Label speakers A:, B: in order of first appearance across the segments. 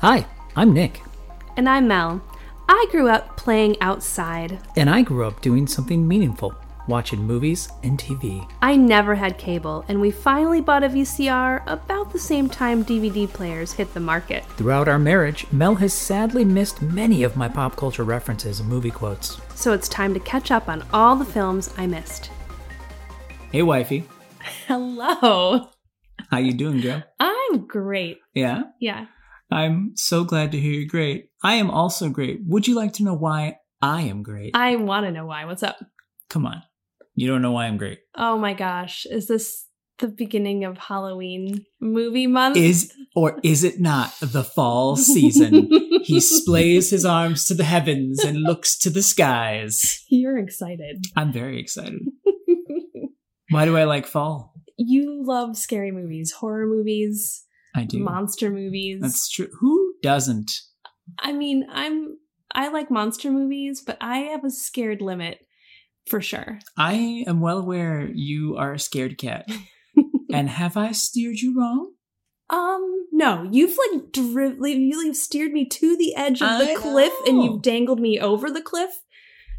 A: Hi, I'm Nick,
B: And I'm Mel. I grew up playing outside.
A: and I grew up doing something meaningful, watching movies and TV.
B: I never had cable, and we finally bought a VCR about the same time DVD players hit the market.
A: Throughout our marriage, Mel has sadly missed many of my pop culture references and movie quotes.
B: So it's time to catch up on all the films I missed.
A: Hey, wifey,
B: Hello.
A: how you doing, Joe?
B: I'm great.
A: Yeah,
B: Yeah.
A: I'm so glad to hear you're great. I am also great. Would you like to know why I am great?
B: I want to know why. What's up?
A: Come on, you don't know why I'm great.
B: Oh my gosh. Is this the beginning of Halloween movie month?
A: Is or is it not the fall season? he splays his arms to the heavens and looks to the skies.
B: You're excited.
A: I'm very excited. Why do I like fall?
B: you love scary movies, horror movies,
A: I do.
B: monster movies.
A: That's true. Who doesn't?
B: I mean, I'm I like monster movies, but I have a scared limit for sure.
A: I am well aware you are a scared cat. and have I steered you wrong?
B: Um, no, you've like driv- you've steered me to the edge of the
A: I
B: cliff, and
A: know.
B: you've dangled me over the cliff.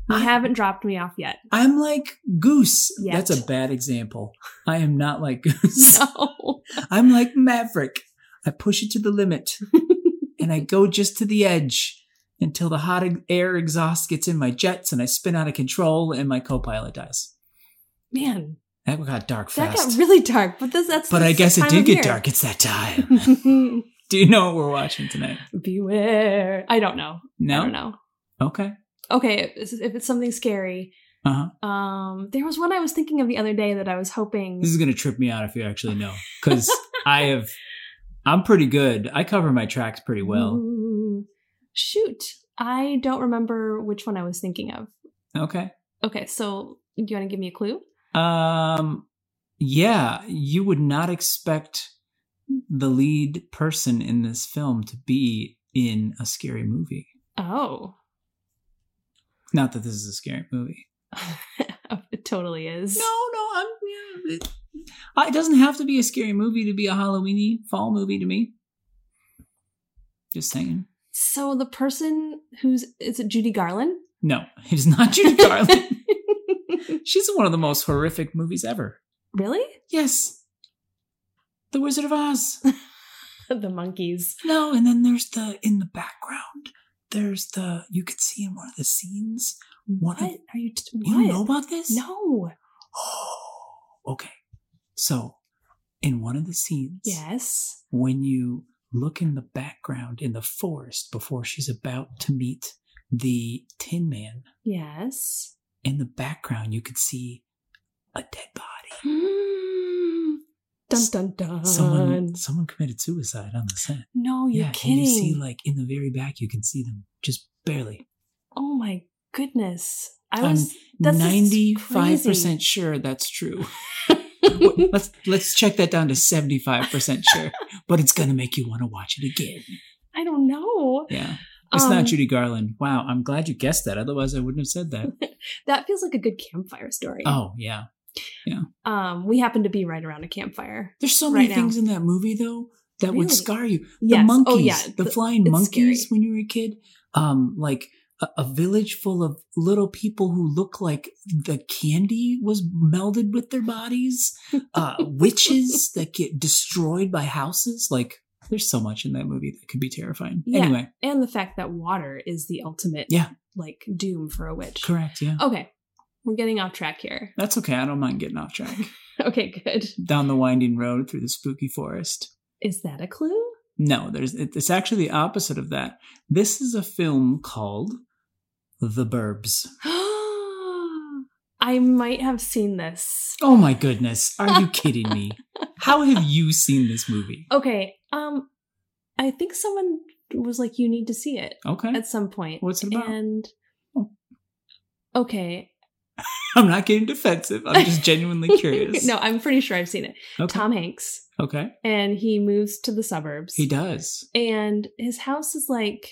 B: You
A: I-
B: haven't dropped me off yet.
A: I'm like Goose.
B: Yet.
A: That's a bad example. I am not like Goose.
B: No,
A: I'm like Maverick. I push it to the limit and I go just to the edge until the hot e-, air exhaust gets in my jets and I spin out of control and my co pilot dies.
B: man,
A: That got dark
B: that
A: fast.
B: got really dark. But this, that's
A: but
B: this
A: I guess it
B: time
A: did
B: of
A: get
B: year.
A: dark. It's that time. Do you know what we're watching tonight?
B: Beware! I don't know.
A: No?
B: I don't know.
A: Okay.
B: Okay, if it's, if it's something scary,
A: Uh huh.
B: um, there was one I was thinking of the other day that I was hoping.
A: This is going to trip me out if you actually know. Because I have, I'm pretty good. I cover my tracks pretty well.
B: Ooh. shoot, I don't remember which one I was thinking of.
A: Okay.
B: Okay, so do you want to give me a clue?
A: Um, yeah, you would not expect the lead person in this film to be in a scary movie.
B: Oh,
A: Not that this is a scary movie.
B: oh, it totally is.
A: No, no, I'm. Yeah, it, uh, it doesn't have to be a scary movie to be a Halloweeny fall movie to me. Just saying.
B: So the person who's is it Judy Garland?
A: No, it is not Judy Garland. She's in one of the most horrific movies ever.
B: really?
A: Yes, The Wizard of Oz.
B: the monkeys.
A: No, and then there's the in the background. There's the you could see in one of the scenes. One
B: What
A: of,
B: are you? T-
A: you
B: what?
A: know about this?
B: no.
A: okay. So, in one of the scenes,
B: Yes.
A: when you look in the background in the forest before she's about to meet the Tin Man,
B: Yes.
A: in the background you could see a dead body.
B: dun dun dun.
A: Someone, someone committed suicide on the set.
B: no, Oh, you're
A: yeah,
B: kidding.
A: and you see like in the very back, you can see them just barely.
B: oh my goodness. I
A: I'm
B: was. That's just
A: Ninety-five
B: crazy.
A: percent sure that's true. Wait, let's let's check that down to seventy-five percent sure. But it's gonna make you want to watch it again.
B: I don't know.
A: Yeah, it's not
B: Um,
A: Judy Garland. Wow, I'm glad you guessed that. Otherwise, I wouldn't have said that.
B: That feels like a good campfire story.
A: Oh yeah,
B: Um, we happen to be right around a campfire.
A: there's so many
B: Right now.
A: things in that movie though that would
B: Really?
A: scar you. The
B: Yes.
A: monkeys,
B: Oh, yeah.
A: the,
B: The-
A: flying
B: it's
A: monkeys
B: scary.
A: when you were a kid. Um, like a, a village full of little people who look like the candy was melded with their bodies. Uh, witches that get destroyed by houses. Like there's so much in that movie that could be terrifying.
B: Yeah.
A: Anyway,
B: And the fact that water is the ultimate
A: Yeah.
B: like doom for a witch.
A: correct. Yeah,
B: Okay. We're getting off track here.
A: that's okay. I don't mind getting off track
B: Okay, good.
A: down the winding road through the spooky forest.
B: Is that a clue?
A: No, there's it- it's actually the opposite of that. This is a film called The Burbs.
B: I might have seen this.
A: Oh my goodness, are you kidding me? How have you seen this movie?
B: Okay. Um I think someone was like, you need to see it
A: Okay.
B: at some point.
A: What's it about?
B: And
A: Oh.
B: okay.
A: I'm not getting defensive. I'm just genuinely curious.
B: no, I'm pretty sure I've seen it.
A: Okay.
B: Tom Hanks.
A: Okay.
B: And he moves to the suburbs.
A: He does.
B: and his house is like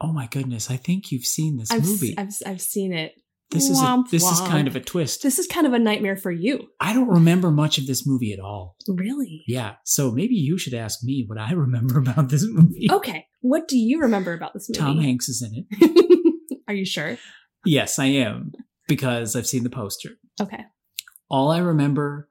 A: Oh my goodness, I think you've seen this
B: I've, s-
A: movie.
B: I've s- I've seen it.
A: this is a,
B: womp
A: this is
B: womp.
A: kind of a twist.
B: This is kind of a nightmare for you,
A: I don't remember much of this movie at all.
B: really.
A: Yeah. So maybe you should ask me what I remember about this movie.
B: Okay, What do you remember about this movie?
A: Tom Hanks is in it.
B: Are you sure?
A: Yes, I am because I've seen the poster.
B: Okay.
A: All I remember,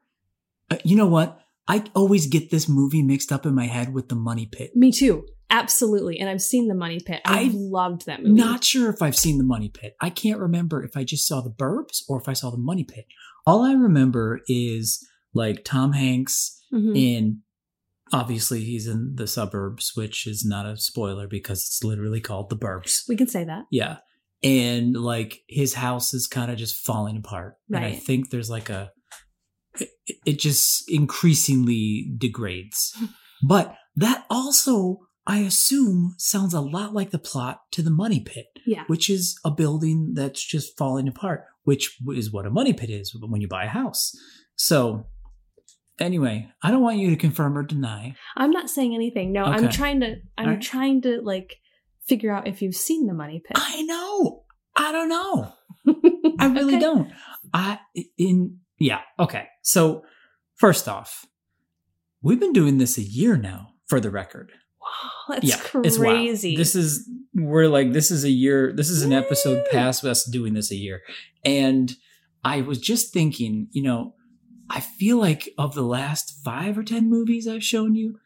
A: uh, you know what? I always get this movie mixed up in my head with the Money Pit.
B: Me too. Absolutely. And I've seen The Money Pit. I
A: I've
B: loved that movie.
A: Not sure if I've seen the Money Pit. I can't remember if I just saw the Burbs or if I saw the Money Pit. All I remember is like Tom Hanks
B: Mhm.
A: in. Obviously, he's in the suburbs, which is not a spoiler because it's literally called the Burbs.
B: We can say that.
A: Yeah. And like his house is kind of just falling apart. And I
B: Right.
A: think there's like a, it, it just increasingly degrades. but that also, I assume, sounds a lot like the plot to The Money Pit,
B: Yeah.
A: which is a building that's just falling apart, which is what a money pit is when you buy a house. So, anyway, I don't want you to confirm or deny.
B: I'm not saying anything. No, I'm
A: Okay.
B: trying to I'm
A: Alright.
B: trying to like figure out if you've seen The Money Pit.
A: I know. I don't know. I really
B: Okay.
A: don't. I in yeah, okay. So first off, we've been doing this a year now for the record.
B: Wow, that's
A: yeah, it's wild.
B: crazy.
A: This is we're like this is a year, this is an episode
B: Woo!
A: past us doing this a year. And I was just thinking, you know, I feel like of the last 5 or 10 movies I've shown you,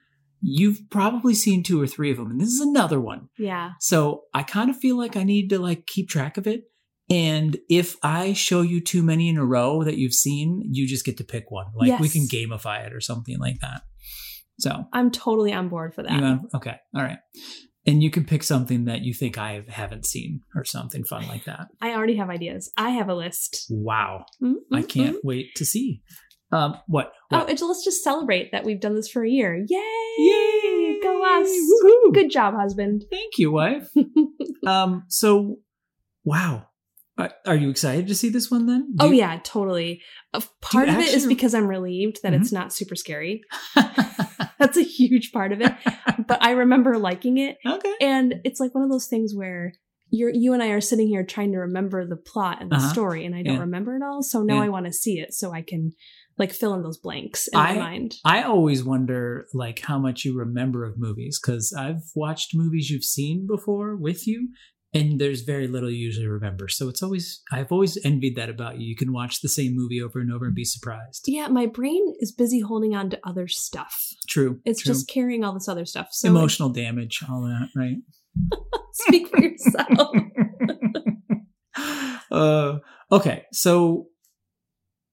A: you've probably seen two or three of them and this is another one.
B: yeah.
A: So I kind of feel like I need to like keep track of it. And if I show you too many in a row that you've seen, you just get to pick one. Like we
B: Yes.
A: can gamify it or something like that. So
B: I'm totally on board for that.
A: you uh, want, okay, all right. And you can pick something that you think I haven't seen or something fun like that.
B: I already have ideas. I have a list.
A: Wow,
B: Mm,
A: I
B: mm,
A: can't
B: mm.
A: wait to see. Um, what?
B: Oh,
A: what?
B: it's, let's just celebrate that we've done this for a year. Oh, Yay!
A: Yay!
B: go us.
A: Woohoo!
B: Good job, husband.
A: Thank you, wife. um, so wow, are, are you excited to see this one then? Do
B: oh
A: you-
B: yeah, totally. A part of it is
A: actually- Mm-hmm.
B: because I'm relieved that it's not super scary. That's a huge part of it. but I remember liking it,
A: okay.
B: and it's like one of those things where you're you and I are sitting here trying to remember the plot and the
A: Uh-huh.
B: story, and I don't
A: Yeah.
B: remember it all. So now
A: Yeah.
B: I want to see it so I can like fill in those blanks in
A: I-
B: my mind.
A: I always wonder like how much you remember of movies because I've watched movies you've seen before with you, and there's very little you usually remember. So it's always I've always envied that about you. You can watch the same movie over and over and be surprised.
B: Yeah, my brain is busy holding on to other stuff.
A: True.
B: It's
A: true.
B: just carrying all this other stuff. So
A: emotional damage, all that, right?
B: speak for yourself.
A: uh, okay, so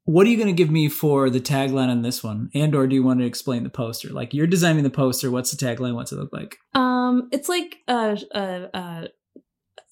A: what are you going to give me for the tagline on this one, and or do you want to explain the poster? Like you're designing the poster. What's the tagline? What's it look like?
B: Um, it's like a a a,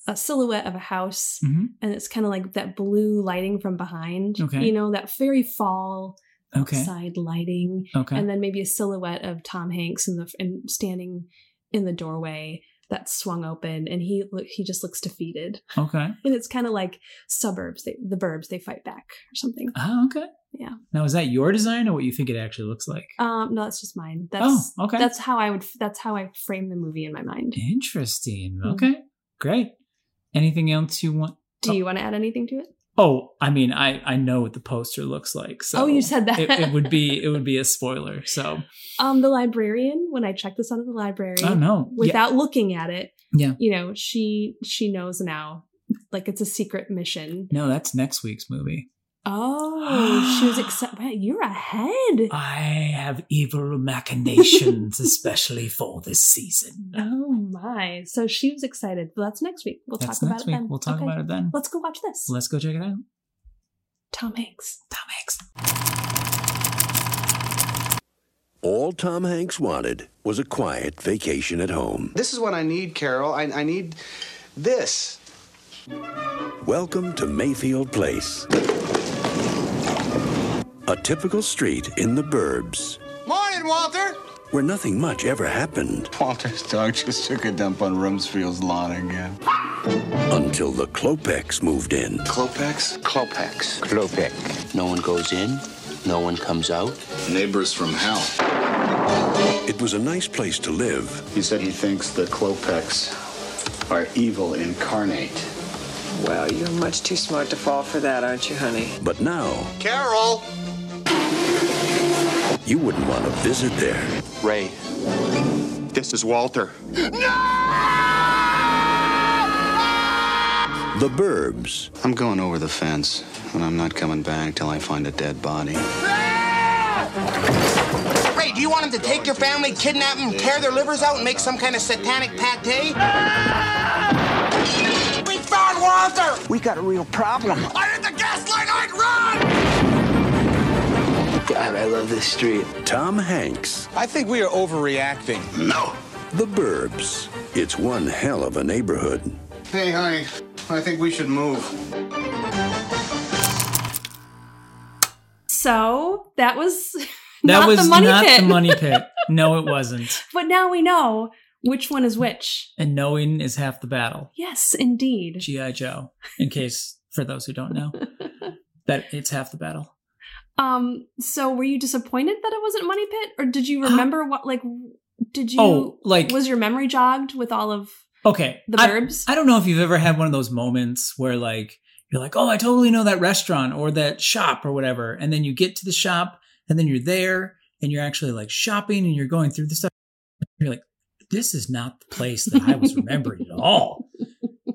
B: a silhouette of a house,
A: Mhm.
B: and it's kind of like that blue lighting from behind.
A: Okay.
B: you know that very fall
A: Okay.
B: side lighting,
A: Okay.
B: and then maybe a silhouette of Tom Hanks in the and standing in the doorway that's swung open, and he look he just looks defeated,
A: okay.
B: and it's kind of like suburbs, they, the burbs, they fight back or something.
A: Oh, okay.
B: Yeah.
A: Now, is that your design or what you think it actually looks like?
B: Um, no, that's just mine. That's
A: Oh, okay.
B: that's how I would f- that's how I frame the movie in my mind.
A: Interesting.
B: Mhm.
A: Okay. Great. Anything else you want?
B: Do you want to add anything to it?
A: Oh, I mean, I I know what the poster looks like. So
B: oh, you said that.
A: it, it would be it would be a spoiler. So
B: um the librarian when i checked this out at the library
A: I don't know. Um, Yeah.
B: without looking at it
A: Yeah.
B: you know she she knows now like it's a secret mission
A: No, that's next week's movie.
B: oh she was except wow, you're ahead
A: I have evil machinations, especially for this season.
B: oh my so she was excited well that's next week we'll
A: that's
B: talk
A: next
B: about
A: week.
B: it then
A: We'll talk
B: Okay.
A: about it then.
B: let's go watch this
A: Let's go check it out.
B: tom hanks
A: Tom Hanks.
C: All Tom Hanks wanted was a quiet vacation at home.
D: This is what I need, Carol. I, I need this.
C: Welcome to Mayfield Place. A typical street in the burbs
D: Morning, Walter.
C: where nothing much ever happened
D: Walter's dog just took a dump on Rumsfield's lawn again.
C: until the Klopeks moved in.
D: Clopex? Clopex.
E: Klopek. No one goes in, no one comes out.
F: Neighbors from hell.
C: It was a nice place to live,
F: He said he thinks the Klopeks are evil incarnate.
G: Well, you're much too smart to fall for that, aren't you, honey?
C: but now
D: Carol!
C: you wouldn't want to visit there.
E: Ray,
H: This is Walter.
C: The Burbs,
F: I'm going over the fence, and I'm not coming back till I find a dead body.
G: Ray, do you want him to take your family, kidnap them, tear their livers out, and make some kind of satanic pate? We found Walter!
I: We got a real problem.
G: I hit the gas line, I'd run!
I: God, I love this street.
C: Tom Hanks,
H: I think we are overreacting.
F: No!
C: The Burbs. It's one hell of a neighborhood.
D: Hey, honey, I think we should move.
B: So that was
A: That
B: not
A: was
B: the money
A: not
B: pit.
A: the money pit. No, it wasn't.
B: but now we know which one is which.
A: And knowing is half the battle.
B: Yes, indeed.
A: G.I. Joe, in case for those who don't know, that it's half the battle.
B: Um. So were you disappointed that it wasn't money pit, or did you remember what? Like, did you?
A: Oh, like-
B: was your memory jogged with all of?
A: Okay.
B: The
A: I-
B: Burbs?
A: I, don't know if you've ever had one of those moments where like you're like, oh, I totally know that restaurant or that shop or whatever. And then you get to the shop and then you're there and you're actually like shopping and you're going through the stuff. You're like, this is not the place that I was remembering at all.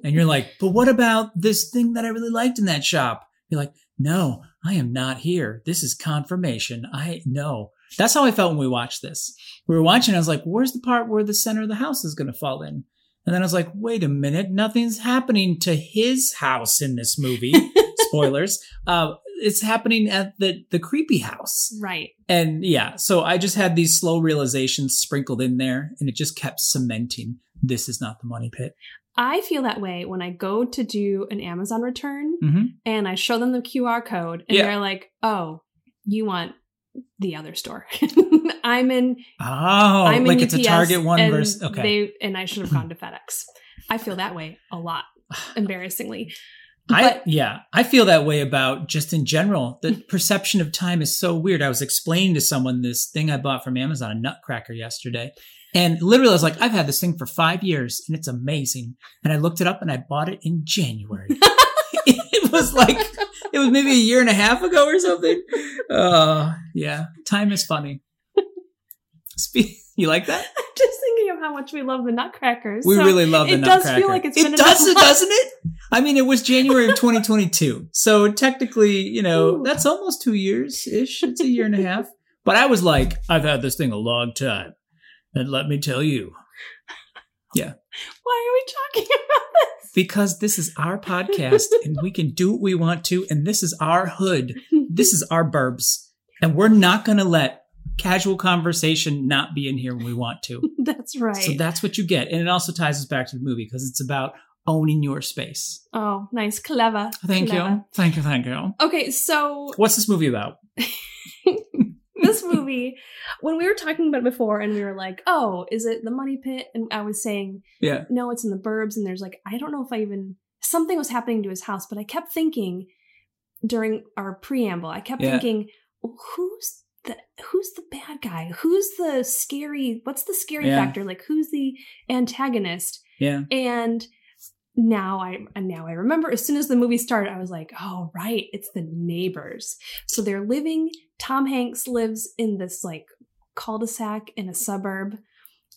A: And you're like, but what about this thing that I really liked in that shop? You're like, no, I am not here. This is confirmation. I know. That's how I felt when we watched this. We were watching, I was like, where's the part where the center of the house is going to fall in? And then I was like, wait a minute, nothing's happening to his house in this movie. Spoilers. Uh, it's happening at the, the creepy house.
B: Right.
A: And yeah, so I just had these slow realizations sprinkled in there and it just kept cementing this is not the money pit.
B: I feel that way when I go to do an Amazon return
A: Mhm.
B: and I show them the QR code, and
A: Yeah.
B: they're like, "Oh, you want the other store? I'm in.
A: Oh,
B: I'm
A: like
B: in
A: it's
B: UPS,
A: a Target one
B: and
A: versus. Okay.
B: They and I should have gone to FedEx. I feel that way a lot, embarrassingly.
A: I
B: But-
A: yeah, I feel that way about just in general. The perception of time is so weird. I was explaining to someone this thing I bought from Amazon, a nutcracker yesterday. And literally I was like, I've had this thing for five years and it's amazing. And I looked it up and I bought it in January. it was like it was maybe a year and a half ago or something. Uh yeah. Time is funny. Spe- you like that?
B: Just thinking of how much we love the Nutcrackers.
A: We
B: So
A: really love the
B: it does
A: Nutcracker.
B: feel like it's been
A: it does,
B: enough-
A: it doesn't it? I mean, it was January of 2022, so technically, you know,
B: Ooh.
A: that's almost two years ish. It's a year and a half. But I was like, I've had this thing a long time, and let me tell you,
B: Why are we talking about this?
A: because this is our podcast and we can do what we want to, and this is our hood, this is our burbs, and we're not going to let casual conversation not be in here when we want to.
B: That's right.
A: So that's what you get, and it also ties us back to the movie because it's about owning your space.
B: oh, nice, clever.
A: Thank
B: clever.
A: you. Thank you. Thank you.
B: Okay, so
A: What's this movie about?
B: this movie, when we were talking about it before, and we were like, "Oh, is it the Money Pit?" and I was saying,
A: Yeah.
B: "No, it's in the Burbs." And there's like, I don't know if I even something was happening to his house, but I kept thinking during our preamble, I kept
A: Yeah.
B: thinking, "Who's the who's the bad guy? Who's the scary? What's the scary
A: Yeah.
B: factor? Like, who's the antagonist?"
A: Yeah.
B: and now I and now I remember as soon as the movie started, I was like, oh right, it's the neighbors. So they're living. Tom Hanks lives in this like cul-de-sac in a suburb.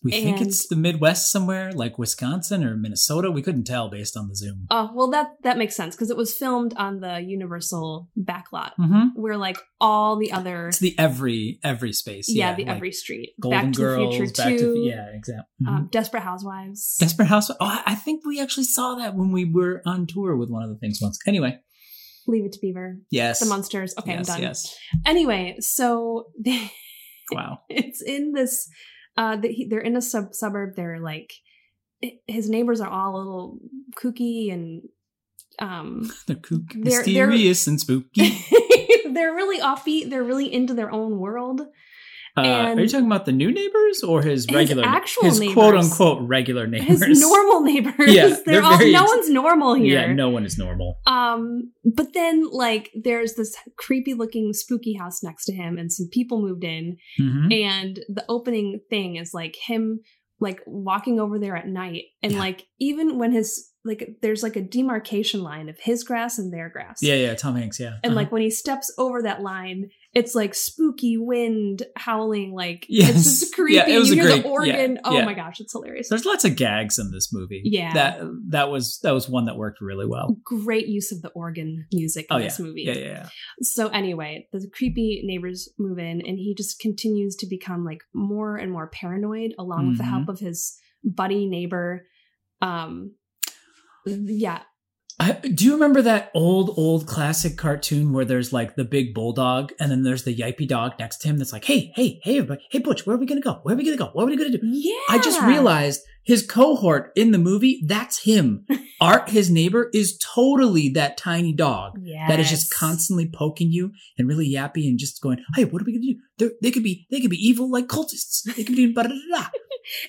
A: We think
B: And-
A: it's the Midwest somewhere, like Wisconsin or Minnesota. We couldn't tell based on the Zoom.
B: Oh, well that that makes sense because it was filmed on the Universal backlot
A: Mm-hmm.
B: where like all the other
A: It's the every every space.
B: yeah, the
A: like
B: every street.
A: Golden
B: back to
A: Girls,
B: the Future
A: back to
B: 2.
A: yeah, Mm-hmm. exactly.
B: Um, Desperate Housewives.
A: Desperate Housewives. Oh, I- I think we actually saw that when we were on tour with one of the things once. Anyway,
B: Leave It to Beaver.
A: yes,
B: The Munsters. Okay,
A: yes,
B: I'm done.
A: yes.
B: Anyway, so they
A: Wow.
B: it's in this uh that he, they're in a sub- suburb they're like hi- his neighbors are all a little kooky and um
A: They're kook,
B: They're- they're-
A: mysterious, and spooky.
B: they're really offbeat they're really into their own world
A: Uh,
B: And-
A: are you talking about the new neighbors or his
B: His
A: regular,
B: actual
A: his
B: neighbors.
A: quote unquote regular
B: his
A: neighbors?
B: normal neighbors
A: Yeah,
B: they're,
A: they're
B: all
A: very
B: no
A: ex-
B: one's normal here
A: Yeah, no one is normal.
B: um but then like there's this creepy looking spooky house next to him and some people moved in
A: Mhm.
B: and the opening thing is like him like walking over there at night and
A: Yeah.
B: like even when his like there's like a demarcation line of his grass and their grass.
A: Yeah, yeah, Tom Hanks, yeah.
B: And
A: Uh-huh.
B: like when he steps over that line, it's like spooky wind howling. Like
A: Yes.
B: it's just creepy.
A: Yeah, it was
B: you
A: a
B: hear
A: great-
B: the
A: yeah,
B: organ. oh
A: yeah.
B: my gosh, it's hilarious.
A: there's lots of gags in this movie.
B: Yeah.
A: That that was that was one that worked really well.
B: Great use of the organ music in
A: Oh yeah.
B: this movie.
A: Yeah, yeah, yeah.
B: So anyway, the creepy neighbors move in, and he just continues to become like more and more paranoid, along with the
A: Mhm.
B: help of his buddy neighbor. Um, yeah,
A: I, do you remember that old, old classic cartoon where there's like the big bulldog and then there's the yippy dog next to him that's like, hey, hey, hey, everybody, hey, Butch, where are we going to go? Where are we going to go? What are we going to do?
B: yeah.
A: I just realized his cohort in the movie, that's him. Art, his neighbor, is totally that tiny dog
B: yes.
A: that is just constantly poking you and really yappy and just going, hey, what are we going to do? They're, they could be, they could be evil like cultists. They could be doing blah, blah, blah, blah.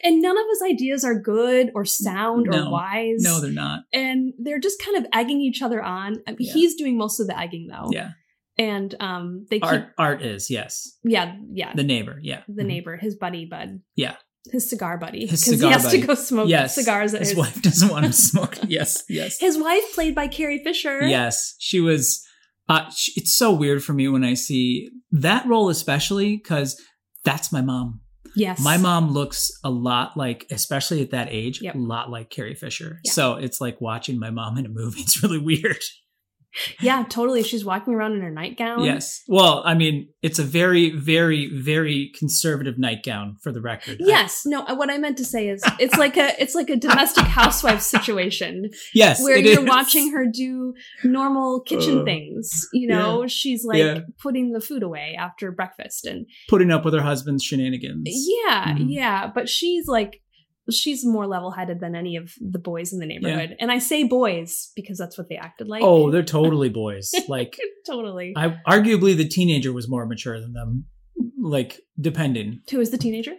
B: and none of his ideas are good or sound
A: No.
B: or wise.
A: No, they're not.
B: and they're just kind of egging each other on. I mean,
A: Yeah.
B: He's doing most of the egging though.
A: Yeah.
B: and um, Oh. they keep
A: Art, art is, yes.
B: yeah yeah
A: The neighbor. Yeah. Mm-hmm.
B: the neighbor, his buddy bud.
A: Yeah.
B: His cigar buddy.
A: His
B: Because he
A: cigar
B: has
A: buddy.
B: to go smoke cigars at
A: his,
B: his,
A: wife doesn't want him smoking. Yes, yes,
B: His wife, played by Carrie Fisher.
A: yes. She was. Uh, sh it's so weird for me when I see that role, especially because that's my mom.
B: Yes.
A: My mom looks a lot like, especially at that age,
B: Yep.
A: a lot like Carrie Fisher.
B: Yeah.
A: So it's like watching my mom in a movie. It's really weird.
B: Yeah, totally. She's walking around in her nightgown.
A: yes. Well, I mean, it's a very, very, very conservative nightgown for the record. I-
B: Yes. No. uh, What I meant to say is, it's like a it's like a domestic housewife situation
A: yes.
B: where
A: it
B: you're
A: is.
B: watching her do normal kitchen
A: Uh,
B: things. You know, she's like
A: yeah.
B: putting the food away after breakfast, and
A: putting up with her husband's shenanigans.
B: yeah,
A: Mhm.
B: yeah. But she's like, she's more level headed than any of the boys in the neighborhood, and I say boys because that's what they acted like.
A: oh, they're totally boys. Like
B: totally.
A: I arguably the teenager was more mature than them. Like depending,
B: Who is the teenager?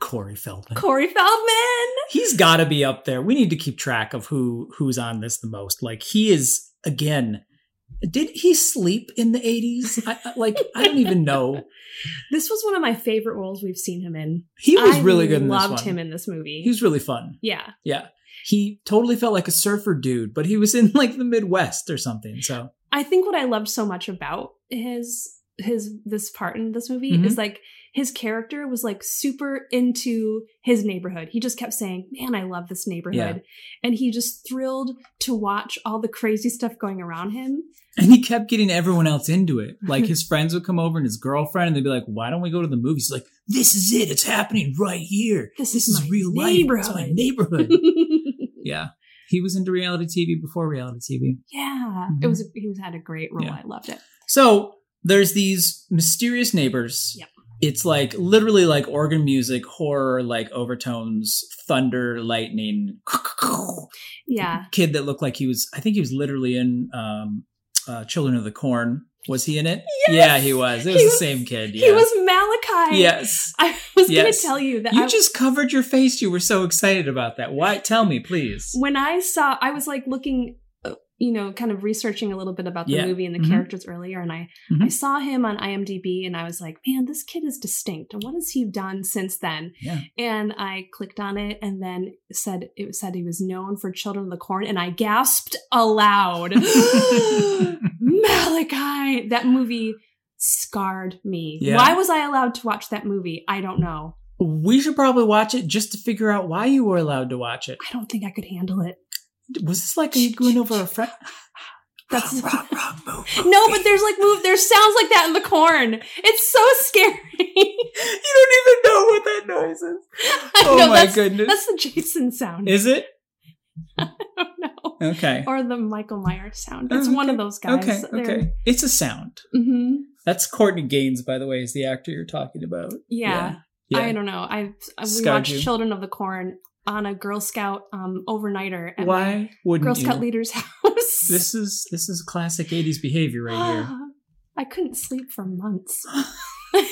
A: Corey Feldman.
B: Corey Feldman.
A: He's got to be up there. We need to keep track of who who's on this the most. Like he is again. Did he sleep in the eighties? I, I- like I don't even know.
B: This was one of my favorite roles we've seen him in.
A: He was
B: I
A: really good in this
B: Loved
A: one.
B: him in this movie.
A: he was really fun.
B: yeah,
A: Yeah, he totally felt like a surfer dude, but he was in like the Midwest or something. So
B: I think what I loved so much about his his this part in this movie
A: Mhm.
B: is like his character was like super into his neighborhood. He just kept saying, "Man, I love this neighborhood,"
A: Yeah.
B: and he just thrilled to watch all the crazy stuff going around him.
A: And he kept getting everyone else into it. Like his friends would come over and his girlfriend, and they'd be like, "Why don't we go to the movies?" He's like, "This is it. It's happening right here.
B: This
A: This
B: is
A: is
B: my
A: real life. It's my neighborhood." yeah, he was into reality TV before reality TV.
B: yeah,
A: Mhm.
B: it was he was had a great role.
A: Yeah.
B: I loved it.
A: So there's these mysterious neighbors.
B: Yep.
A: It's like literally like organ music, horror, like overtones, thunder, lightning.
B: Yeah,
A: Kid that looked like he was. I think he was literally in um, uh, Children of the Corn. Was he in it?
B: Yes!
A: Yeah, he was. It was
B: He
A: the
B: was-
A: same kid. Yeah.
B: he was Malachi.
A: Yes.
B: I was
A: Yes.
B: going to tell you that
A: You
B: I,
A: just covered your face. You were so excited about that. Why? Tell me, please.
B: when I saw, I was like looking, uh, you know, kind of researching a little bit about the
A: Yeah.
B: movie and the
A: Mhm.
B: characters earlier, and I I
A: Mhm.
B: saw him on IMDb, and I was like, man, this kid is distinct. And what has he done since then?
A: Yeah.
B: And I clicked on it, and then said it was said he was known for Children of the Corn, and I gasped aloud, Malachi. That movie scarred me.
A: Yeah.
B: Why was I allowed to watch that movie? I don't know.
A: We should probably watch it just to figure out why you were allowed to watch it.
B: I don't think I could handle it.
A: Was this like you going over a friend?
B: That's-
A: Wrong, wrong, wrong move.
B: No, but there's like move. There's sounds like that in the corn. It's so scary.
A: you don't even know what that noise is.
B: I
A: Oh
B: know,
A: my
B: that's,
A: goodness!
B: That's the Jason sound.
A: Is it
B: I don't know.
A: okay?
B: Or the Michael Myers sound.
A: Oh,
B: It's one of
A: okay.
B: those guys.
A: Okay, okay. It's a sound.
B: hmm
A: That's Courtney Gaines, by the way, is the actor you're talking about.
B: Yeah.
A: Yeah.
B: I don't know. I I- we
A: Scarred
B: watched
A: you.
B: Children of the Corn on a Girl Scout um overnighter at my
A: Why wouldn't
B: Girl
A: you?
B: Scout leader's house.
A: This is this is classic '80s behavior right here.
B: I couldn't sleep for months. so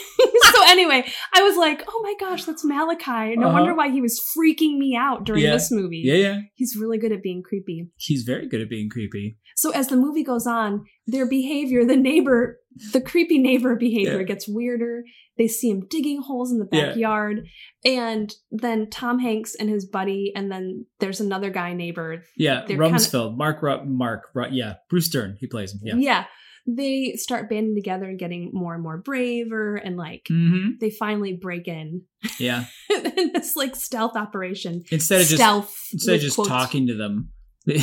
B: so anyway, I was like, oh my gosh, that's Malachi. No
A: Uh-huh.
B: wonder why he was freaking me out during
A: Yeah.
B: this movie.
A: Yeah, yeah.
B: He's really good at being creepy.
A: He's very good at being creepy.
B: So as the movie goes on, their behavior, the neighbor, the creepy neighbor behavior
A: Yeah.
B: gets weirder. They see him digging holes in the
A: Yeah.
B: backyard. And then Tom Hanks and his buddy, and then there's another guy neighbor.
A: Yeah,
B: They're kinda-
A: Rumsfeld, Mark, Ru- Mark, Ru- yeah, Bruce Stern. He plays him. Yeah.
B: They start banding together and getting more and more braver and like
A: hmm
B: they finally break in
A: Yeah.
B: in this like stealth operation.
A: Instead of just
B: stealth.
A: instead of
B: with
A: just
B: quotes.
A: talking to them, they,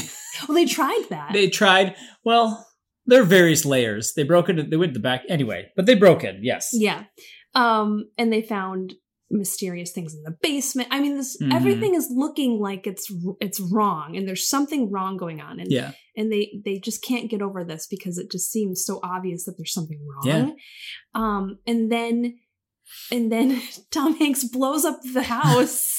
B: Well, they tried that.
A: they tried. Well, there are various layers. They broke it. They went the back anyway, but they broke it. Yes.
B: Yeah. Um, and they found mysterious things in the basement. I mean, this
A: Mhm.
B: everything is looking like it's it's wrong, and there's something wrong going on, and
A: Yeah.
B: and they they just can't get over this because it just seems so obvious that there's something wrong.
A: Yeah.
B: Um, and then and then Tom Hanks blows up the house.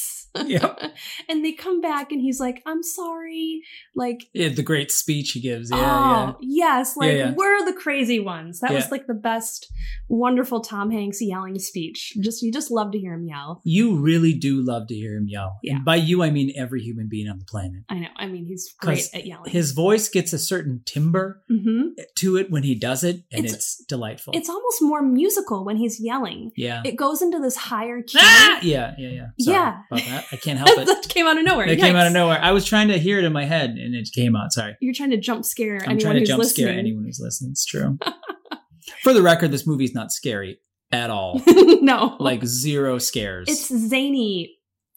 A: Yep.
B: and they come back and he's like, I'm sorry. Like
A: Yeah, the great speech he gives. Yeah,
B: oh yes like
A: yeah.
B: we're the crazy ones that
A: Yeah.
B: was like the best wonderful tom hanks yelling speech just you just love to hear him yell
A: yeah. You really do love to hear him yell.
B: Yeah.
A: And by you, I mean every human being on the planet.
B: i know i mean he's great
A: 'Cause
B: at yelling
A: His voice gets a certain timbre
B: hmm
A: to it when he does it, and it's,
B: It's-
A: delightful.
B: it's almost more musical when he's yelling
A: Oh. yeah.
B: it goes into this higher key
A: Ah! Yeah, yeah, yeah. Sorry
B: Yeah.
A: About that. I can't help it.
B: that came out of nowhere
A: It came out of
B: Yikes.
A: nowhere. I was trying to hear it in my head, and it came out. Sorry.
B: you're trying to jump scare
A: I'm
B: anyone
A: trying to
B: who's
A: jump
B: listening
A: scare anyone who's listening. It's true. For the record, this movie's not scary at all.
B: no
A: Like zero scares.
B: it's zany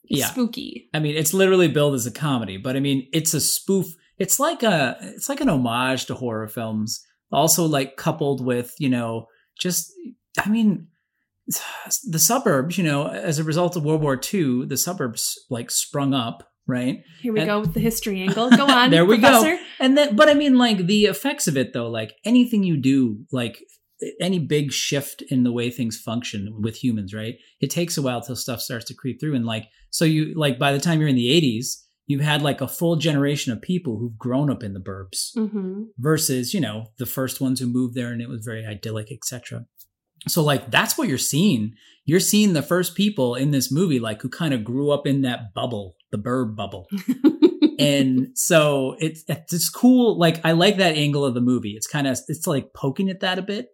A: Yeah.
B: spooky
A: I mean, it's literally billed as a comedy, but I mean, it's a spoof. It's like a it's like an homage to horror films, also like coupled with you know just I mean the suburbs. You know, as a result of World War II, the suburbs like sprung up, right?
B: here we
A: And-
B: go with the history angle go on
A: There we go.
B: professor.
A: And then, but I mean, like the effects of it though, like anything you do, like any big shift in the way things function with humans, right? It takes a while till stuff starts to creep through. And like, so you, like, by the time you're in the 80s, you've had like a full generation of people who've grown up in the burbs
B: hmm
A: versus you know the first ones who moved there and it was very idyllic etc so like that's what you're seeing you're seeing the first people in this movie like who kind of grew up in that bubble the burb bubble and so it's it's cool like i like that angle of the movie it's kind of it's like poking at that a bit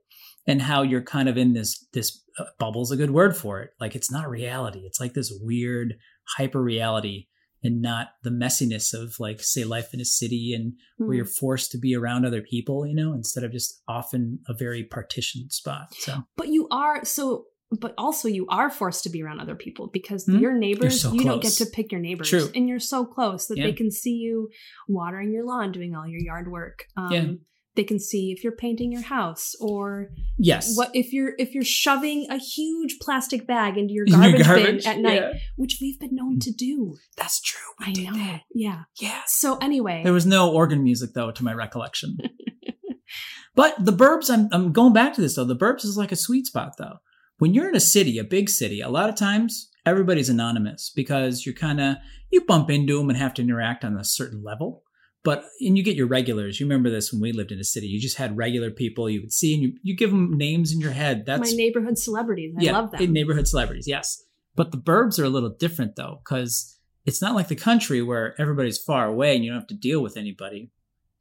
A: and how you're kind of in this this uh, bubble's a good word for it like it's not reality it's like this weird hyper reality and not the messiness of like say life in a city and where
B: Mm.
A: you're forced to be around other people, you know, instead of just often a very partitioned spot. So
B: But you are so but also you are forced to be around other people because
A: Hmm?
B: your neighbors
A: so
B: you don't get
A: close.
B: to pick your neighbors
A: True.
B: and you're so close that
A: Yeah.
B: they can see you watering your lawn doing all your yard work um,
A: Yeah.
B: they can see if you're painting your house or
A: yes,
B: what if you're if you're shoving a huge plastic bag into your
A: Your
B: garbage,
A: garbage,
B: bin at night
A: yeah. Mm.
B: which we've been known to do
A: that's true.
B: i know yeah
A: Yeah.
B: so anyway
A: There was no organ music though, to my recollection. but the Burbs, I'm I'm going back to this though. The Burbs is like a sweet spot though. When you're in a city, a big city, a lot of times everybody's anonymous because you're kind of you bump into them and have to interact on a certain level. But and you get your regulars. You remember this when we lived in a city. You just had regular people you would see, and you you give them names in your head. That's
B: my neighborhood celebrities i love
A: in
B: them
A: neighborhood celebrities, yes. But the burbs are a little different though, because it's not like the country where everybody's far away and you don't have to deal with anybody.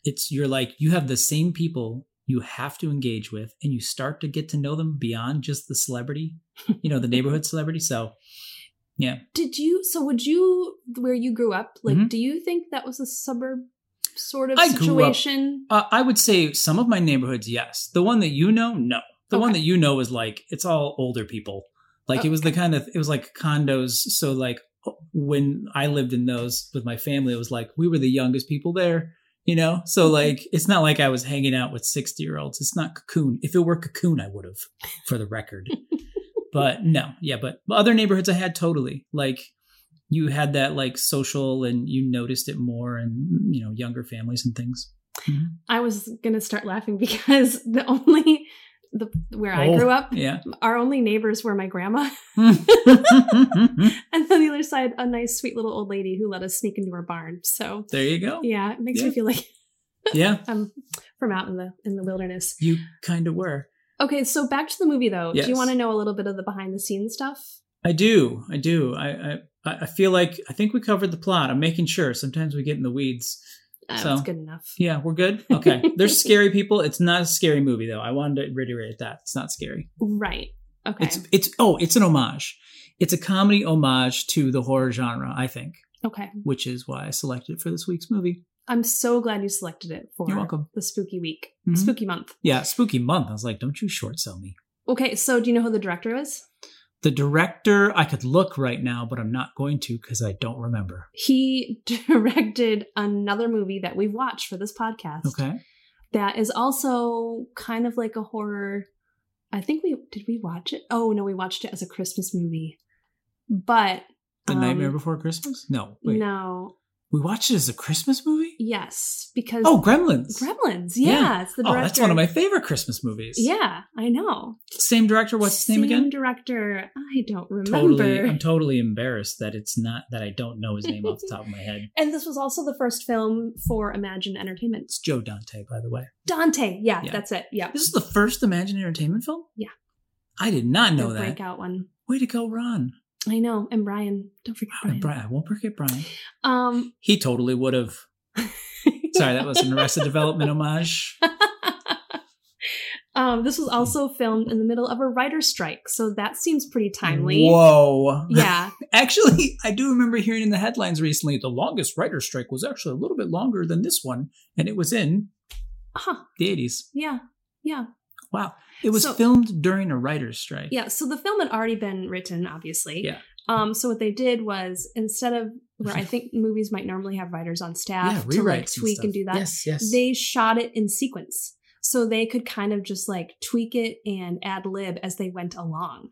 A: It's you're like you have the same people you have to engage with, and you start to get to know them beyond just the celebrity, you know, the neighborhood celebrity. So
B: did you so would you where you grew up like
A: Mhm.
B: do you think that was a suburb sort of
A: I grew up-
B: situation
A: uh, I would say some of my neighborhoods, yes. The one that you know, no. The one
B: Okay.
A: that you know was like it's all older people. Like it was the kind of it was like condos. So like when I lived in those with my family, it was like we were the youngest people there. You know, so like it's not like I was hanging out with sixty year olds. It's not cocoon. If it were cocoon, I would have, for the record. but no, yeah. But other neighborhoods I had totally like you had that like social and you noticed it more and you know younger families and things.
B: I was gonna start laughing because the only the where I
A: Oh.
B: grew up,
A: Yeah.
B: our only neighbors were my grandma,
A: there
B: and on the other side, a nice, sweet little old lady who let us sneak into her barn. So
A: you go. Yeah.
B: yeah, it makes
A: Yeah.
B: me feel like I'm from out in the in the wilderness.
A: You kind of were.
B: Okay, so back to the movie though. Do you
A: Yes.
B: want to know a little bit of the behind the scenes stuff?
A: I do. I do. I, I I I feel like I think we covered the plot. I'm making sure. Sometimes we get in the weeds.
B: Uh,
A: So-
B: That's good enough.
A: Yeah, we're good. Okay. There's scary people. It's not a scary movie though. I wanted to reiterate that. It's not scary.
B: Right. Okay.
A: It's it's oh, it's an homage. It's a comedy homage to the horror genre, I think,
B: okay.
A: which is why I selected it for this week's movie.
B: I'm so glad you selected it for
A: You're welcome.
B: the spooky week,
A: Mhm.
B: spooky month.
A: Yeah, spooky month. I was like, don't you short sell me.
B: Okay, so do you know who the director is?
A: The director, I could look right now, but I'm not going to because I don't remember.
B: He directed another movie that we've watched for this podcast.
A: Okay.
B: That is also kind of like a horror. I think we did we watch it? Oh no, we watched it as a Christmas movie. But
A: The
B: um,
A: Nightmare Before Christmas? No. Wait.
B: No.
A: We watched it as a Christmas movie?
B: Yes, because
A: Oh, Gremlins.
B: Gremlins. Yeah,
A: Yeah.
B: it's the
A: oh,
B: director.
A: that's one of my favorite Christmas movies.
B: Yeah, I know.
A: Same director. What's his name
B: Same
A: again?
B: Director. I don't remember.
A: Totally. I'm totally embarrassed that it's not that I don't know his name off the top of my head.
B: and this was also the first film for Imagine Entertainment.
A: It's Joe Dante, by the way.
B: Dante. Yeah,
A: Yeah.
B: that's it. Yeah.
A: This is the first Imagine Entertainment film.
B: Yeah.
A: I did not know
B: the
A: that.
B: breakout one.
A: Way to go, Ron!
B: I know. And Brian. Don't forget
A: Wow,
B: Brian.
A: and Brian. I won't forget Brian.
B: Um
A: He totally would have. Sorry, that was an Arrested Development homage.
B: um, this was also filmed in the middle of a writer's strike, so that seems pretty timely.
A: Whoa.
B: Yeah.
A: Actually, I do remember hearing in the headlines recently the longest writer's strike was actually a little bit longer than this one, and it was in
B: Huh.
A: the 80s.
B: Yeah. Yeah.
A: Wow. It was
B: So-
A: filmed during a writer's strike.
B: Yeah. So the film had already been written, obviously.
A: Yeah.
B: Um, so what they did was instead of where I think movies might normally have writers on
A: Yeah, rewrites
B: staff to like
A: and
B: tweak and,
A: stuff.
B: do that,
A: Yes, yes.
B: they shot it in sequence. So they could kind of just like tweak it and ad lib as they went along.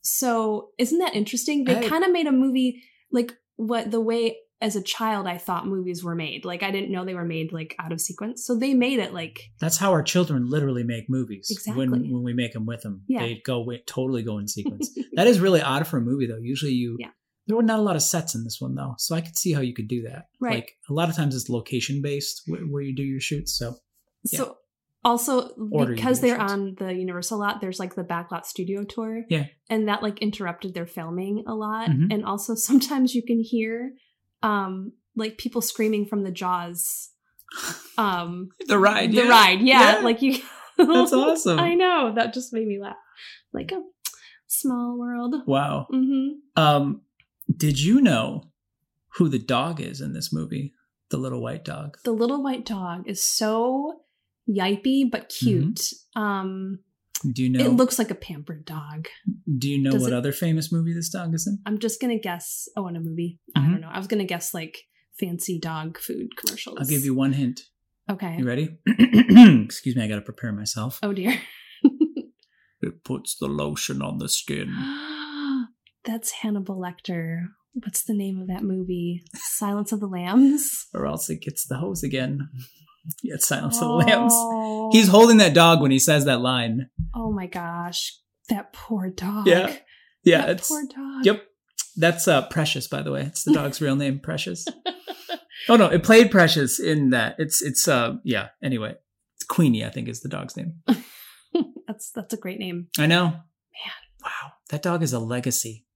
B: So isn't that interesting? They
A: I-
B: kind of made a movie like what the way as a child I thought movies were made. Like I didn't know they were made like out of sequence. So they made it like
A: That's how our children literally make movies. When
B: Exactly.
A: when we make them with them,
B: Yeah.
A: they go wi- totally go in sequence. that is really odd for a movie though. Usually you
B: Yeah.
A: there were not a lot of sets in this one though, so I could see how you could do that.
B: Right.
A: Like a lot of times it's location based where, where you do your shoots. So Yeah.
B: So also
A: Order
B: because they're on
A: Universal's.
B: the Universal lot, there's like the backlot studio tour.
A: Yeah.
B: And that like interrupted their filming a lot.
A: Mhm.
B: And also sometimes you can hear um like people screaming from the jaws. Um
A: the ride,
B: the
A: yeah.
B: ride. Yeah.
A: Yeah.
B: Like you
A: That's awesome.
B: I know. That just made me laugh. Like a small world.
A: Wow.
B: Mm-hmm.
A: Um, did you know who the dog is in this movie? The little white dog.
B: The little white dog is so yipey but cute. Um
A: Do Mm-hmm. you know?
B: it looks like a pampered dog.
A: do you know
B: does
A: what
B: it-
A: other famous movie this dog is in?
B: I'm just gonna guess. Oh, in a movie. I
A: Mm-hmm.
B: don't know. I was gonna guess like fancy dog food commercials.
A: I'll give you one hint.
B: Okay.
A: You ready? Excuse me, I gotta prepare myself.
B: Oh dear.
A: It puts the lotion on the skin.
B: That's Hannibal Lecter. What's the name of that movie? Silence of the Lambs.
A: Or else it gets the hose again. Yeah, it's Silence
B: oh.
A: of the Lambs. He's holding that dog when he says that line.
B: Oh my gosh, that poor dog.
A: Yeah. Yeah,
B: That
A: it's
B: poor dog.
A: Yep. That's uh Precious, by the way. It's the dog's real name, Precious. Oh no, it played Precious in that. It's it's uh yeah, anyway. It's Queenie, I think, is the dog's name.
B: that's that's a great name.
A: I know. Man. Wow. That dog is a legacy.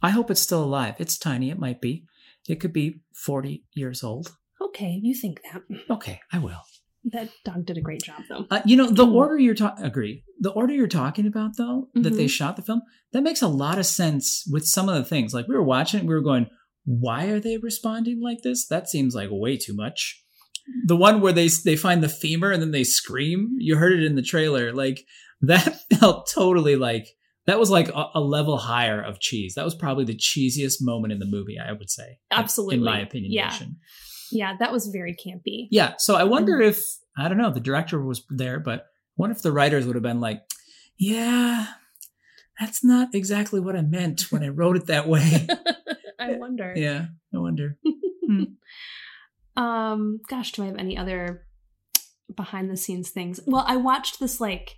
A: I hope it's still alive. It's tiny, it might be. It could be 40 years old.
B: Okay, you think that.
A: Okay, I will.
B: That dog did a great job though.
A: Uh, you know the
B: Hmm.
A: order you're talking. Agree. The order you're talking about, though, that they
B: Mhm.
A: shot the film, that makes a lot of sense with some of the things. Like we were watching, it, we were going, "Why are they responding like this? That seems like way too much." The one where they they find the femur and then they scream. You heard it in the trailer. Like that felt totally like that was like a, a level higher of cheese. That was probably the cheesiest moment in the movie. I would say, Like,
B: Absolutely.
A: in my opinion,
B: Yeah.
A: Nation.
B: Yeah, that was very campy.
A: Yeah. So I wonder if I don't know. The director was there, but I wonder if the writers would have been like, "Yeah, that's not exactly what I meant when I wrote it that way."
B: I wonder.
A: yeah, I wonder.
B: Um, gosh, do I have any other behind the scenes things? Well, I watched this like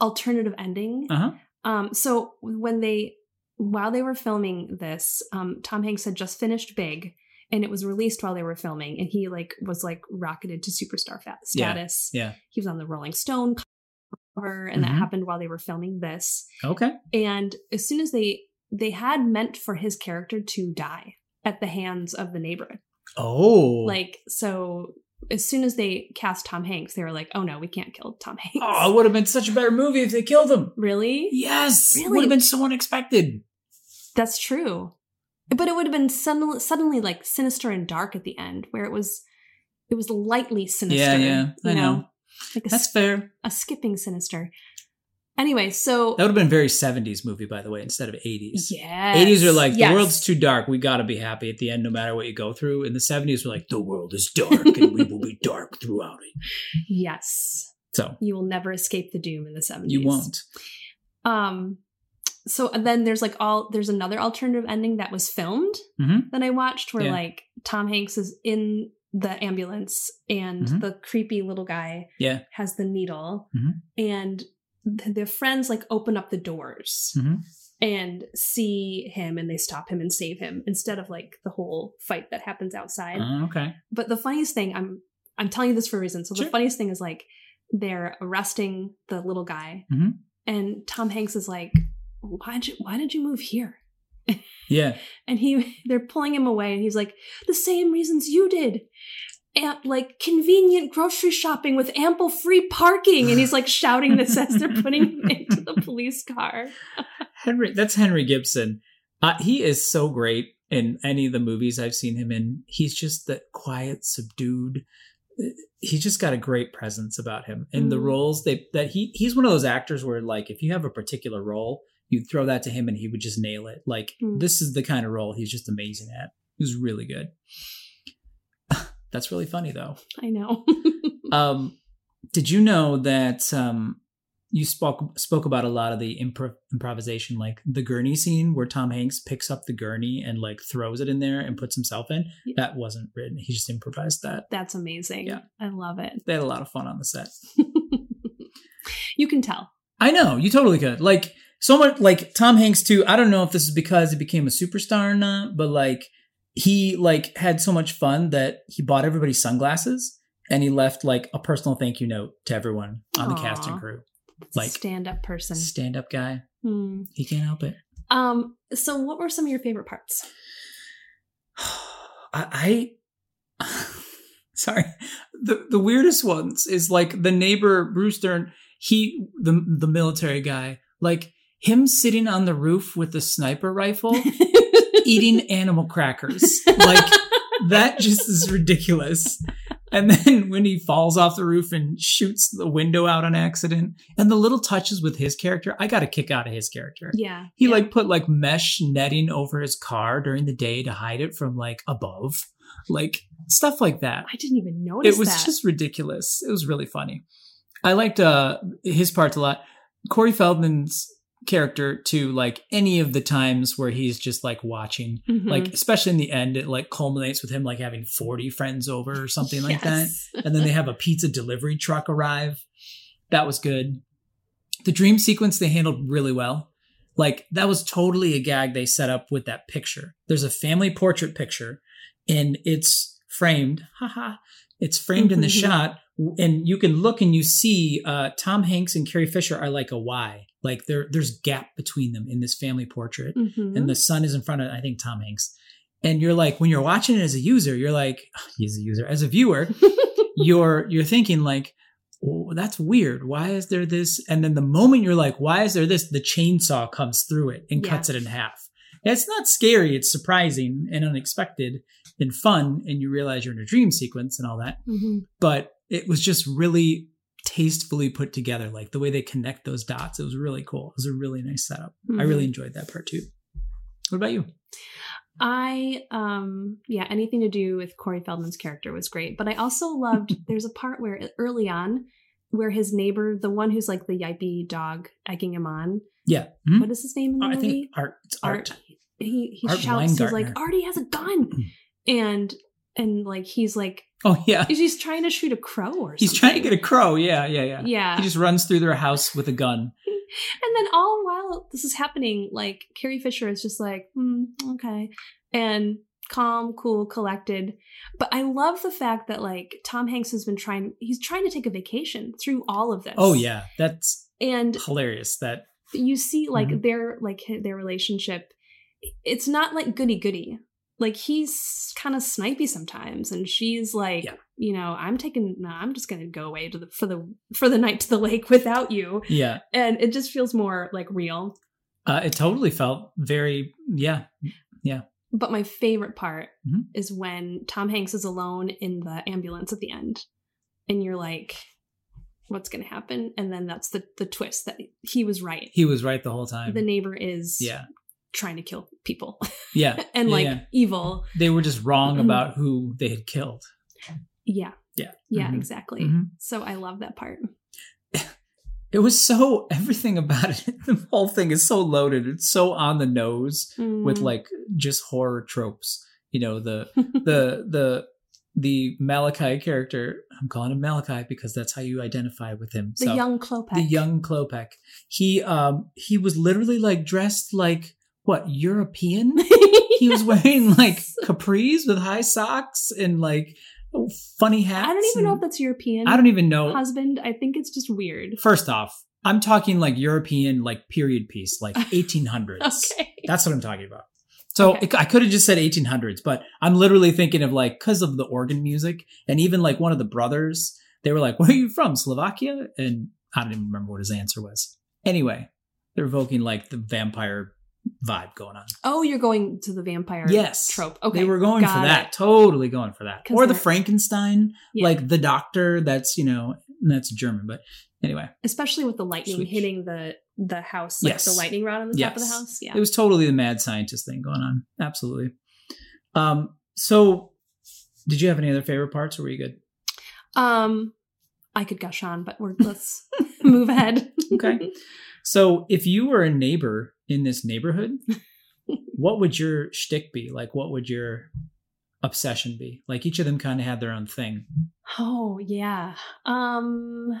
B: alternative ending.
A: Uh huh.
B: Um, so when they while they were filming this, um, Tom Hanks had just finished Big, and it was released while they were filming, and he like was like rocketed to superstar fat
A: Yeah,
B: status.
A: yeah.
B: he was on the Rolling Stone her, and
A: Mhm.
B: that happened while they were filming this.
A: Okay.
B: And as soon as they they had meant for his character to die at the hands of the neighborhood.
A: Oh.
B: Like so as soon as they cast Tom Hanks, they were like, "Oh no, we can't kill Tom Hanks."
A: Oh, it would have been such a better movie if they killed him.
B: really?
A: Yes. It
B: Really?
A: would have been so unexpected.
B: That's true. But it would have been suddenly, suddenly like sinister and dark at the end, where it was it was lightly sinister.
A: Yeah, yeah. I
B: you
A: know.
B: Like a,
A: That's
B: s-
A: fair.
B: a skipping sinister. Anyway, so
A: That would have been a very 70s movie, by the way, instead of 80s.
B: yeah,
A: 80s are like, the world's too dark. We got to be happy at the end, no matter what you go through. And the 70s were like, the world is dark and we will be dark throughout it.
B: yes.
A: So
B: You will never escape the doom in the seventies.
A: you won't.
B: Um. So then there's like all there's another alternative ending that was filmed
A: Mhm.
B: that I watched where
A: Yeah.
B: like Tom Hanks is in the ambulance and
A: Mhm.
B: the creepy little guy
A: Yeah.
B: has the needle
A: Mhm.
B: and th- their friends like open up the doors
A: Mhm.
B: and see him and they stop him and save him instead of like the whole fight that happens outside
A: Oh, okay.
B: but the funniest thing i'm i'm telling you this for a reason so
A: Sure.
B: the funniest thing is like they're arresting the little guy
A: Mhm.
B: and tom hanks is like why did you why did you move here
A: Yeah.
B: and he they're pulling him away and he's like the same reasons you did and like convenient grocery shopping with ample free parking and he's like shouting this as they're putting him into the police car
A: Henry, that's Henry Gibson. Uh, he is so great in any of the movies I've seen him in. He's just that quiet, subdued. He's just got a great presence about him. In the
B: Mm.
A: roles they that he he's one of those actors where like if you have a particular role, you throw that to him and he would just nail it. Like
B: Mm.
A: this is the kind of role he's just amazing at. He's really good. that's really funny though.
B: i know
A: Um, did you know that um, you spoke spoke about a lot of the impro- improvisation, like the gurney scene where Tom Hanks picks up the gurney and like throws it in there and puts himself in?
B: Yeah.
A: That wasn't written. He just improvised that.
B: that's amazing
A: Yeah.
B: i love it
A: They had a lot of fun on the set.
B: you can tell
A: I know you totally could. Like so much, like Tom Hanks too. I don't know if this is because he became a superstar or not, but like he like had so much fun that he bought everybody sunglasses and he left like a personal thank you note to everyone on the cast and
B: Aw.
A: crew. Like-
B: like stand up person
A: stand up guy.
B: Hmm.
A: He can't help it.
B: Um, so what were some of your favorite parts?
A: I, I sorry. The the weirdest ones is like the neighbor Brewster, he the the military guy, like him sitting on the roof with a sniper rifle eating animal crackers. Like that just is ridiculous. And then when he falls off the roof and shoots the window out on accident, and the little touches with his character, I got a kick out of his character.
B: yeah.
A: He
B: yeah.
A: like put like mesh netting over his car during the day to hide it from like above, like stuff like that.
B: I didn't even notice
A: It was
B: that.
A: just ridiculous. It was really funny. I liked uh his parts a lot. Corey Feldman's character to like any of the times where he's just like watching,
B: Mhm.
A: like especially in the end, it like culminates with him like having forty friends over or something like that
B: Yes.
A: and then they have a pizza delivery truck arrive. That was good. The dream sequence they handled really well. Like that was totally a gag they set up with that picture. There's a family portrait picture and it's framed. Haha. It's framed in the shot and you can look and you see uh, Tom Hanks and Carrie Fisher are like a Y. Like there there's gap between them in this family portrait
B: Mhm.
A: and the sun is in front of I think Tom Hanks. And you're like, when you're watching it as a user, you're like, he's a user. As a viewer, you're you're thinking like, oh, that's weird. Why is there this? And then the moment you're like, why is there this? The chainsaw comes through it and
B: Yeah.
A: cuts it in half. It's not scary. It's surprising and unexpected and fun. And you realize you're in a dream sequence and all that.
B: Mhm.
A: But it was just really tastefully put together. Like the way they connect those dots, it was really cool. It was a really nice setup. I
B: Mhm.
A: really enjoyed that part too. What about you?
B: Mm-hmm. I um yeah, anything to do with Corey Feldman's character was great. But I also loved there's a part where e, early on where his neighbor, the one who's like the yippy dog egging him on,
A: Yeah. Hmm?
B: what is his name in the
A: I
B: movie?
A: think art. It's art.
B: He he
A: Art
B: shouts, he's
A: Weingartner. Hmm.
B: like, Artie has a gun. And and like he's like
A: Oh yeah.
B: he's trying to shoot a crow or something.
A: He's trying to get a crow. Yeah, yeah, yeah.
B: Yeah.
A: He just runs through their house with a gun.
B: And then all while this is happening, like Carrie Fisher is just like, hmm, okay, and calm, cool, collected. But I love the fact that like Tom Hanks has been trying, he's trying to take a vacation through all of this.
A: Oh yeah. That's
B: and
A: Hilarious that
B: you see like
A: Mhm.
B: their like hi- their relationship it's not like goody goody like he's kind of snipey sometimes and she's like
A: Yeah.
B: you know i'm taking no, i'm just gonna go away to the for the for the night to the lake without you
A: yeah.
B: and it just feels more like real
A: Uh, it totally felt very yeah.
B: but my favorite part
A: Mhm.
B: is when tom hanks is alone in the ambulance at the end and you're like what's gonna happen and then that's the the twist that he was right
A: He was right the whole time.
B: the neighbor is
A: yeah,
B: trying to kill people
A: yeah.
B: and
A: Yeah,
B: like
A: yeah.
B: evil.
A: they were just wrong
B: Mm-hmm.
A: about who they had killed.
B: Yeah.
A: Yeah,
B: Yeah,
A: Mhm.
B: exactly.
A: Mhm.
B: So I love that part.
A: It was so everything about it. The whole thing is so loaded. It's so on the nose with
B: Mm.
A: like just horror tropes. You know the the the the Malachi character. I'm calling him Malachi because that's how you identify with him.
B: the
A: so,
B: young Klopek.
A: the young Klopek. He um he was literally like dressed like what European. He was wearing like capris with high socks and like funny hats.
B: I don't even know if
A: and-
B: that's European.
A: I don't even know.
B: husband. I think it's just weird.
A: First off, I'm talking like European, like period piece, like 1800s.
B: Okay.
A: That's what I'm talking about. So
B: Okay.
A: it- I could have just said 1800s, but I'm literally thinking of like because of the organ music and even like one of the brothers, they were like, "Where are you from, Slovakia?" And I don't even remember what his answer was. Anyway, they're evoking like the vampire vibe going on.
B: Oh, you're going to the vampire
A: Yes,
B: trope. Okay.
A: they were going for
B: got
A: that.
B: it.
A: Totally going for that.
B: 'Cause
A: Or the
B: they're-
A: Frankenstein,
B: Yeah.
A: like the doctor. That's you know that's German, but anyway.
B: Especially with the lightning
A: Switch.
B: hitting the the house, like
A: Yes.
B: the lightning rod on the top of the
A: Yes.
B: house. Yeah.
A: It was totally the mad scientist thing going on. Absolutely. Um, so did you have any other favorite parts or were you good?
B: um I could gush on, but we're let's move ahead.
A: Okay. So if you were a neighbor in this neighborhood, what would your shtick be? Like what would your obsession be? Like each of them kind of had their own thing.
B: Oh yeah. Um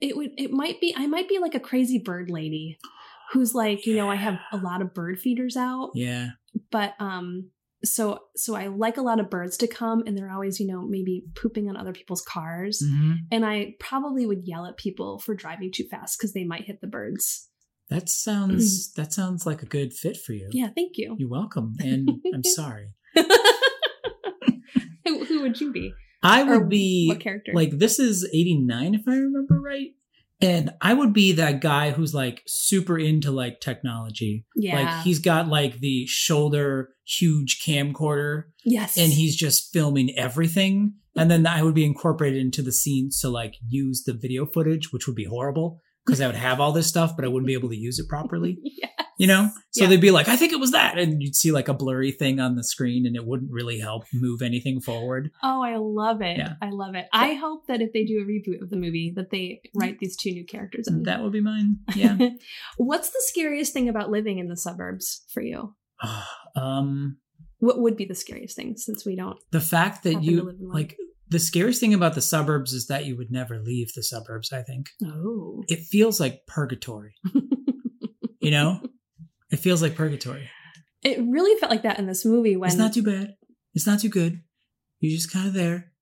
B: it would it might be I might be like a crazy bird lady who's like, you know, I have a lot of bird feeders out,
A: Yeah.
B: but um so so I like a lot of birds to come and they're always, you know, maybe pooping on other people's cars.
A: Mhm.
B: And I probably would yell at people for driving too fast cuz they might hit the birds.
A: That sounds that sounds like a good fit for you.
B: Yeah, thank you.
A: You're welcome. And I'm sorry.
B: who, who would you be?
A: I
B: Or
A: would be
B: what character?
A: Like this is 89 if I remember right. And I would be that guy who's like super into like technology.
B: yeah.
A: Like he's got like the shoulder huge camcorder
B: yes.
A: and he's just filming everything. And then I would be incorporated into the scene to like use the video footage, which would be horrible because I would have all this stuff, but I wouldn't be able to use it properly.
B: yeah.
A: You know? So
B: Yeah.
A: they'd be like, I think it was that. And you'd see like a blurry thing on the screen and it wouldn't really help move anything forward.
B: Oh, I love it.
A: Yeah.
B: I love it. I hope that if they do a reboot of the movie that they write these two new characters in.
A: That would be mine. Yeah.
B: What's the scariest thing about living in the suburbs for you?
A: um
B: What would be the scariest thing since we don't?
A: the fact that
B: Happen to
A: you
B: live in one.
A: like the scariest thing about the suburbs is that you would never leave the suburbs i think
B: Oh.
A: it feels like purgatory you know it feels like purgatory
B: It really felt like that in this movie when
A: it's not too bad it's not too good you're just kind of there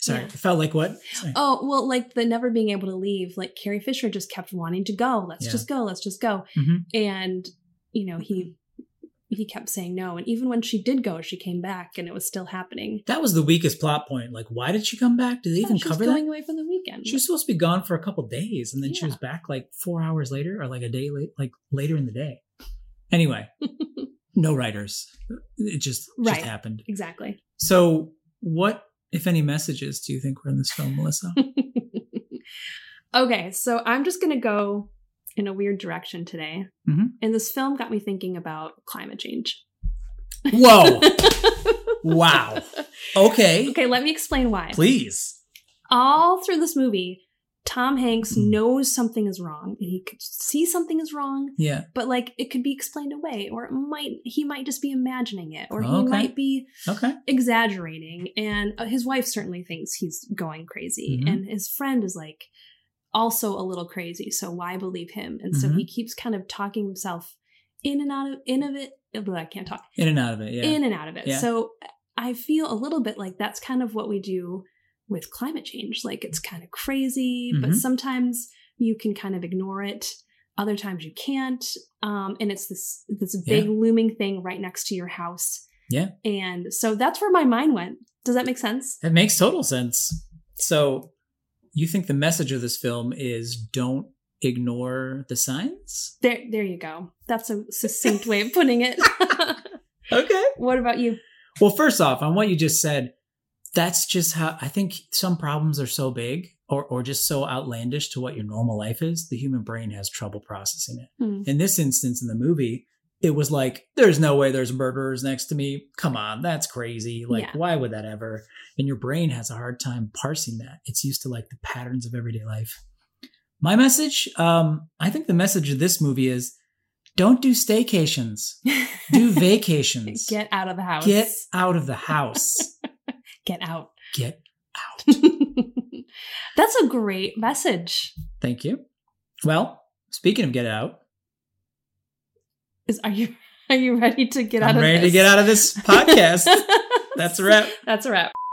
A: sorry
B: Yeah.
A: it felt like what Sorry.
B: Oh, well, like the never being able to leave, like Carrie Fisher just kept wanting to go. Let's
A: Yeah.
B: just go. Let's just go.
A: Mhm.
B: And you know, he he kept saying no, and even when she did go, she came back and it was still happening.
A: that was the weakest plot point like why did she come back did they
B: Yeah,
A: even
B: she was
A: cover
B: going
A: that
B: away for the weekend.
A: she was supposed to be gone for a couple days and then she
B: Yeah.
A: was back like four hours later or like a day late like later in the day anyway no writers it just
B: Right.
A: just happened
B: exactly.
A: So, what, if any, messages do you think were in this film, Melissa?
B: okay, so I'm just going to go in a weird direction today.
A: Mhm.
B: And this film got me thinking about climate change.
A: Whoa! wow. Okay.
B: Okay, let me explain why.
A: Please.
B: All through this movie, Tom Hanks
A: Mm.
B: knows something is wrong and he could see something is wrong,
A: Yeah.
B: but like it could be explained away or it might he might just be imagining it or he
A: Okay.
B: might be
A: Okay.
B: exaggerating and uh, his wife certainly thinks he's going crazy
A: Mhm.
B: and his friend is like also a little crazy so why believe him and so
A: Mhm.
B: he keeps kind of talking himself in and out of in of it but i can't talk
A: In and out of it. Yeah.
B: in and out of it
A: Yeah.
B: so i feel a little bit like that's kind of what we do with climate change like it's kind of crazy but
A: Mhm.
B: sometimes you can kind of ignore it. Other times you can't. Um, and it's this this big
A: Yeah.
B: looming thing right next to your house.
A: Yeah.
B: And so that's where my mind went. Does that make sense?
A: That makes total sense. So you think the message of this film is don't ignore the signs?
B: There there you go. That's a succinct way of putting it.
A: Okay.
B: what about you?
A: Well, first off, on what you just said, that's just how I think some problems are so big or, or just so outlandish to what your normal life is, the human brain has trouble processing it.
B: Hmm.
A: In this instance, in the movie, it was like, there's no way there's murderers next to me. Come on, that's crazy. Like,
B: Yeah.
A: why would that ever? And your brain has a hard time parsing that. It's used to like the patterns of everyday life. My message, um, I think the message of this movie is don't do staycations, do vacations.
B: Get out of the house.
A: Get out of the house.
B: Get out.
A: Get.
B: That's a great message.
A: Thank you. Well, speaking of get out,
B: Is are you are you ready to get out
A: I'm
B: of
A: ready to
B: this?
A: get out of this podcast. That's a wrap.
B: That's a wrap.